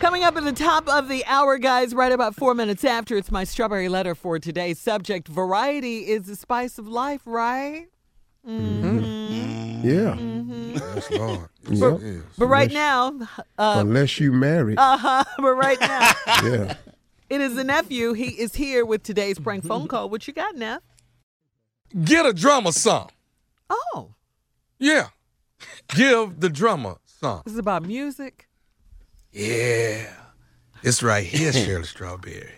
Coming up at the top of the hour, guys, right about four minutes after, it's my strawberry letter for today. Subject Variety is the spice of life, right? Yeah. Yes, Lord. Yes, Yep. it is. But right now, uh, Unless you married. uh-huh, but right now, yeah. it is the nephew. He is here with today's prank Mm-hmm. phone call. What you got, Neff? Get a drummer some. Oh, Yeah. Give the drummer some. this is about music. Yeah. It's right here, Shirley Strawberry.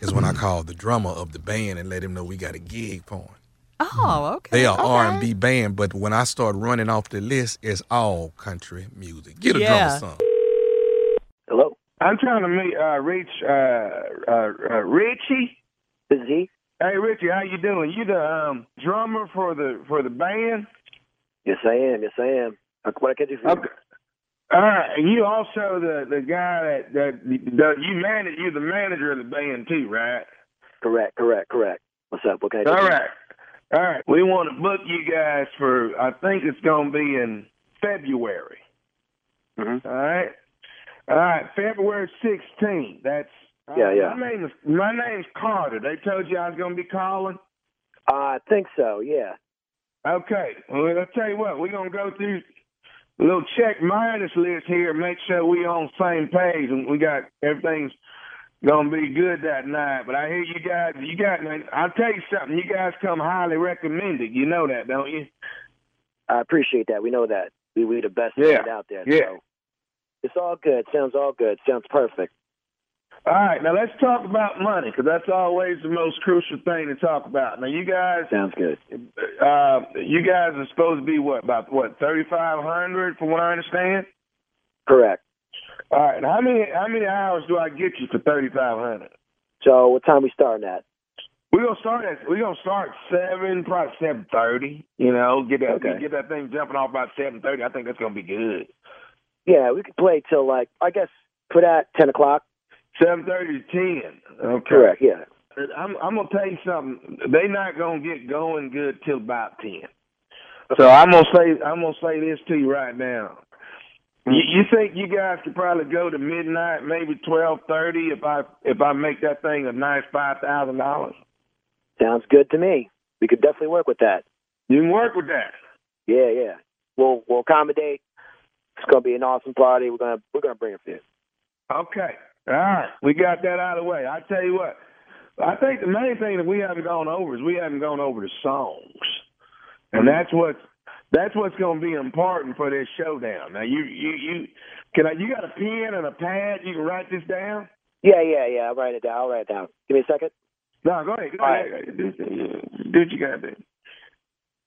It's when I called the drummer of the band and let him know we got a gig for him. Oh, okay. Mm-hmm. They are okay. R&B band, but when I start running off the list, it's all country music. Get a Yeah. drummer some. Hello, I'm trying to meet uh, Rich, uh, uh, uh, Richie. this is he. Hey, Richie, how you doing? You the um, drummer for the for the band? Yes, I am. Yes, I am. Uh, What I can do for you? Okay. All right, and you also the the guy that that, that you manage. You the manager of the band too, right? Correct, correct, correct. What's up? What can I do? All for you? right, all right. We want to book you guys for. I think it's going to be in February. Mhm. All right, all right. February sixteenth. That's Yeah, yeah. My name is my name's Carter. They told you I was going to be calling. Uh, I think so. Yeah. Okay. Well, I'll tell you what, we're going to go through a little check minus list here, make sure we on the same page and we got everything's going to be good that night. But I hear you guys, you got, I'll tell you something, you guys come highly recommended. You know that, don't you? I appreciate that. We know that. We we the best Yeah, band out there. yeah. So. It's all good. Sounds all good. Sounds perfect. All right. Now let's talk about money because that's always the most crucial thing to talk about. Now, you guys, Sounds good. uh, you guys are supposed to be what, about what, 3500 from what I understand? Correct. All right. How many, how many hours do I get you for 3500 So what time we starting at? We're gonna start at we're gonna start seven, probably seven thirty. You know, get that Okay. get that thing jumping off by seven thirty. I think that's gonna be good. Yeah, we could play till like I guess put at ten o'clock. Seven thirty to ten. Okay. Correct. Yeah. I'm I'm gonna tell you something. They not gonna get going good till about ten. So I'm gonna say I'm gonna say this to you right now. You, Mm-hmm. you think you guys could probably go to midnight, maybe twelve thirty, if I if I make that thing a nice five thousand dollars. Sounds good to me. We could definitely work with that. You can work with that. Yeah, yeah. We'll we'll accommodate. It's gonna be an awesome party. We're gonna we're gonna bring it for you. Okay. All right. We got that out of the way. I tell you what. I think the main thing that we haven't gone over is we haven't gone over the songs. And that's what's that's what's gonna be important for this showdown. Now you you you can I you got a pen and a pad, you can write this down? Yeah, yeah, yeah. I'll write it down. I'll write it down. Give me a second. No, go ahead. Go All ahead. Do do what you gotta do.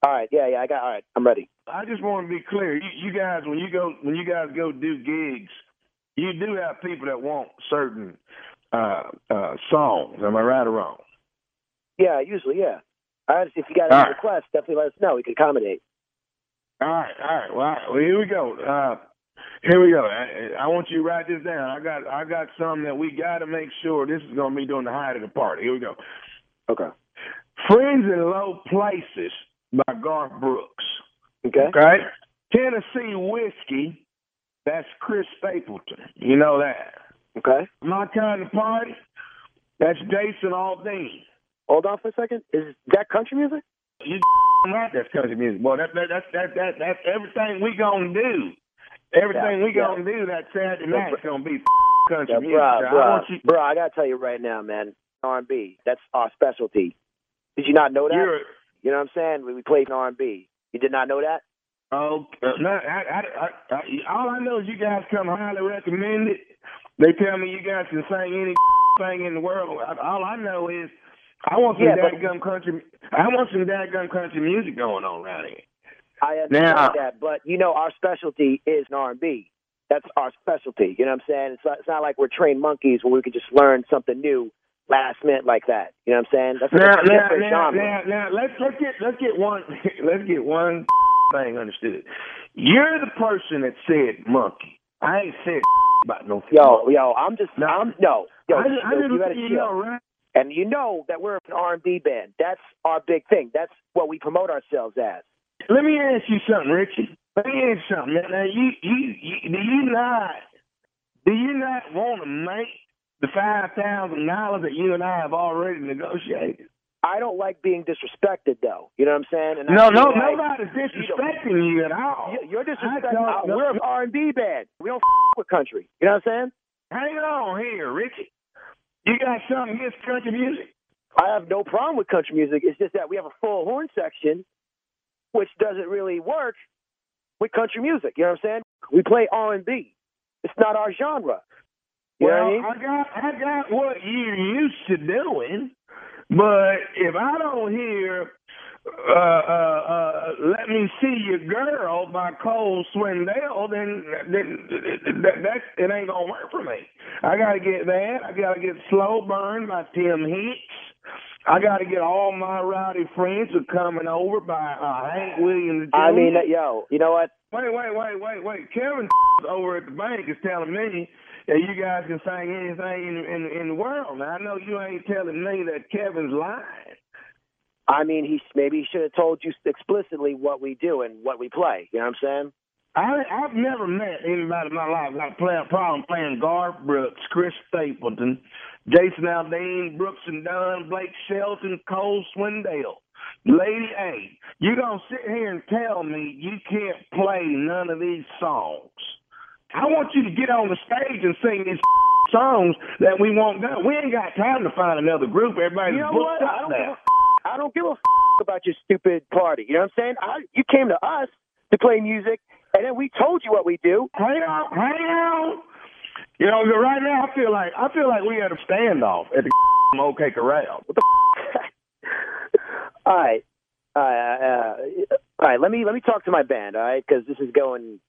All right. Yeah, yeah. I got. All right. I'm ready. I just want to be clear. You, you guys, when you go, when you guys go do gigs, you do have people that want certain uh, uh, songs. Am I right or wrong? Yeah, usually. Yeah. All right. If you got All right. any requests, definitely let us know. We can accommodate. All right, all right. Well, all right. well here we go. Uh, here we go. I, I want you to write this down. I got, I got some that we got to make sure this is going to be during the height of the party. Here we go. Okay. Friends in Low Places by Garth Brooks. Okay. Okay. Tennessee whiskey. That's Chris Stapleton. You know that. Okay. My kind of party. That's Jason Aldean. Hold on for a second. Is that country music? You right, that's country music. Boy, that, that, that, that, that, that's everything we gonna do. Everything Yeah, we yeah. gonna do that Saturday night is gonna be country Yeah, music. bro, So I bro, want you, bro. I gotta tell you right now, man. R&B. That's our specialty. Did you not know that? you're You know what I'm saying? We, we played in R&B. You did not know that? oh no, I, I, I, I, all I know is you guys come highly recommended. They tell me you guys can sing any thing in the world. I, all I know is I want some Yeah, but- dadgum country. I want some dadgum country music going on around here. I understand Now- that, but you know our specialty is an R&B. That's our specialty. You know what I'm saying? It's not, it's not like we're trained monkeys where we can just learn something new last minute like that. You know what I'm saying? That's Now, a now, different now, genre. now, now, let's let's get let's get one let's get one thing understood. You're the person that said monkey. I ain't said about no Yo, yo, I'm just, No. I'm no, yo, I, just- I yo, didn't you gotta you chill. know, right? And you know that we're an R&B band. That's our big thing. That's what we promote ourselves as. Let me ask you something, Richie. Let me ask you something. Now, now you, you you do you not Do you not want to make the five thousand dollars that you and I have already negotiated? I don't like being disrespected, though. You know what I'm saying? And I No, feel no, like nobody's disrespecting you at all. you- You're I disrespecting. don't- Uh, we're an R&B band. We don't f- with country. You know what I'm saying? Hang on here, Richie. You got something against country music? I have no problem with country music. It's just that we have a full horn section, which doesn't really work with country music. You know what I'm saying? We play R&B. It's not our genre. You well, know what I mean? got I got what you're used to doing, but if I don't hear uh, uh, uh, "Let Me See Your Girl" by Cole Swindell, then, then that, that's it ain't gonna work for me. I gotta get that. I gotta get "Slow Burn" by Tim Hicks. I gotta get all my rowdy friends are coming over by uh, Hank Williams. Jr. I mean, uh, yo, you know what? Wait, wait, wait, wait, wait. Kevin over at the bank is telling me that you guys can sing anything in, in, in the world. Now, I know you ain't telling me that Kevin's lying. I mean, he maybe he should have told you explicitly what we do and what we play. You know what I'm saying? I, I've never met anybody in my life like play a problem playing Garth Brooks, Chris Stapleton, Jason Aldean, Brooks and Dunn, Blake Shelton, Cole Swindell, Lady A. You're going to sit here and tell me you can't play none of these songs. I want you to get on the stage and sing these songs that we want done. We ain't got time to find another group. Everybody's You know booked what? I up don't give now. a I don't give a f- about your stupid party. You know what I'm saying? I, you came to us to play music, and then we told you what we do. hang on, hang on. You know, but right now I feel like I feel like we had a standoff at the OK Corral. What the all right, all right, uh, all right. Let me let me talk to my band, all right? Because this is going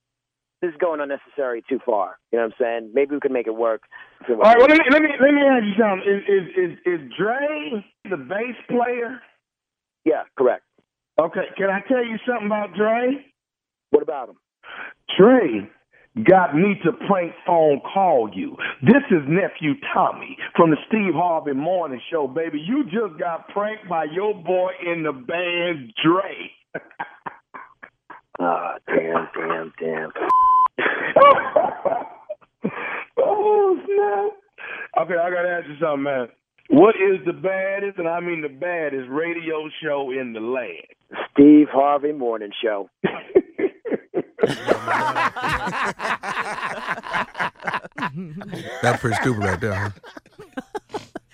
this is going unnecessary too far. You know what I'm saying? Maybe we could make it work. all right, well let me let me let me ask you something. Is is is, is Dre the bass player? yeah, correct. Okay, can I tell you something about Dre? What about him? Dre got me to prank phone call you. This is nephew Tommy from the Steve Harvey Morning Show, baby. You just got pranked by your boy in the band Dre. Oh, damn, damn, damn. oh snap! Okay, I gotta ask you something, man. What is the baddest, and I mean the baddest, radio show in the land? Steve Harvey Morning Show. That's pretty stupid right there, huh?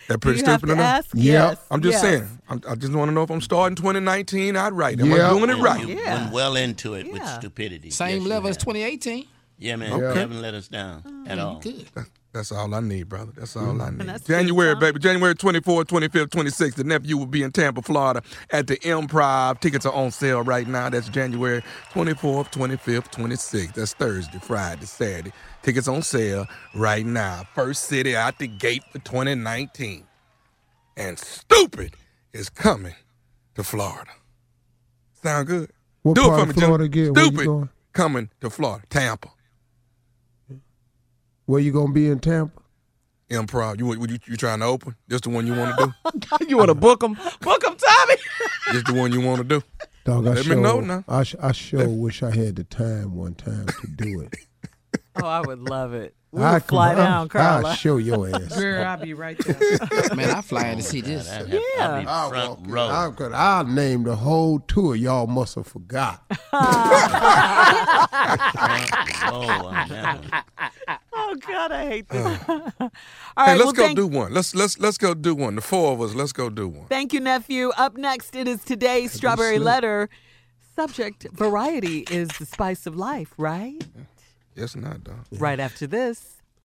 That Do pretty you stupid have to enough? ask? Yeah, Yes, I'm just yes. saying. I'm, I just want to know if I'm starting 2019 outright. Am Yeah. I doing it You- right? You Yeah. went well into it with Yeah. stupidity. Same Yes, you level as have. 2018. Yeah, man. You Okay. haven't let us down at all. Oh, Good. That's all I need, brother. That's all I need. that's January, Steve Harvey. baby. January 24th, 25th, 26th. The nephew will be in Tampa, Florida at the Improv. Tickets are on sale right now. That's January 24th, 25th, 26th. That's Thursday, Friday, Saturday. Tickets on sale right now. First city out the gate for 2019. And stupid is coming to Florida. Sound good? What Do part it for of me, Florida Jim. again? Where you Stupid going? coming to Florida, Tampa. Where you gonna be in Tampa? Improv. You what you, you trying to open? Just the one you want to do? Oh, you want to book them? Book them, Tommy. Just the one you want to do. Dog, I Let me sure, know now. I, sh- I sure wish I had the time one time to do it. Oh, I would love it. We I would fly down, I'll Carla. show your ass. Girl, I'll be right there. Man, I fly in to see this. I'd have- I'd Yeah. be I'll, walk front in. row. I'll, go- I'll name the whole tour. Y'all must have forgot. Oh, on that one. Oh God, I hate this. All right, Uh. Hey, let's well, go thank, do one. Let's let's let's go do one. The four of us, let's go do one. thank you, nephew. Up next, it is today's strawberry letter. Subject: Variety is the spice of life, right? Yes, not dog. Right after this.